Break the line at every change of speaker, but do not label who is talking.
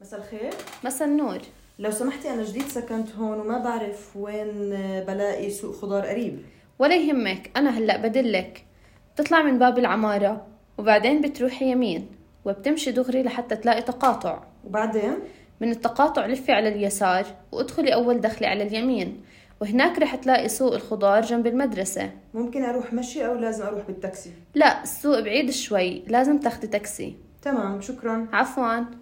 مساء الخير
مسا النور
لو سمحتي انا جديد سكنت هون وما بعرف وين آه، بلاقي سوق خضار قريب
ولا يهمك أنا هلأ بدلك بتطلع من باب العمارة وبعدين بتروحي يمين وبتمشي دغري لحتى تلاقي تقاطع
وبعدين
من التقاطع لفي على اليسار وادخلي أول دخلة على اليمين وهناك رح تلاقي سوق الخضار جنب المدرسة
ممكن اروح مشي او لازم اروح بالتاكسي
لا السوق بعيد شوي لازم تاخدي تاكسي
تمام شكرا
عفواً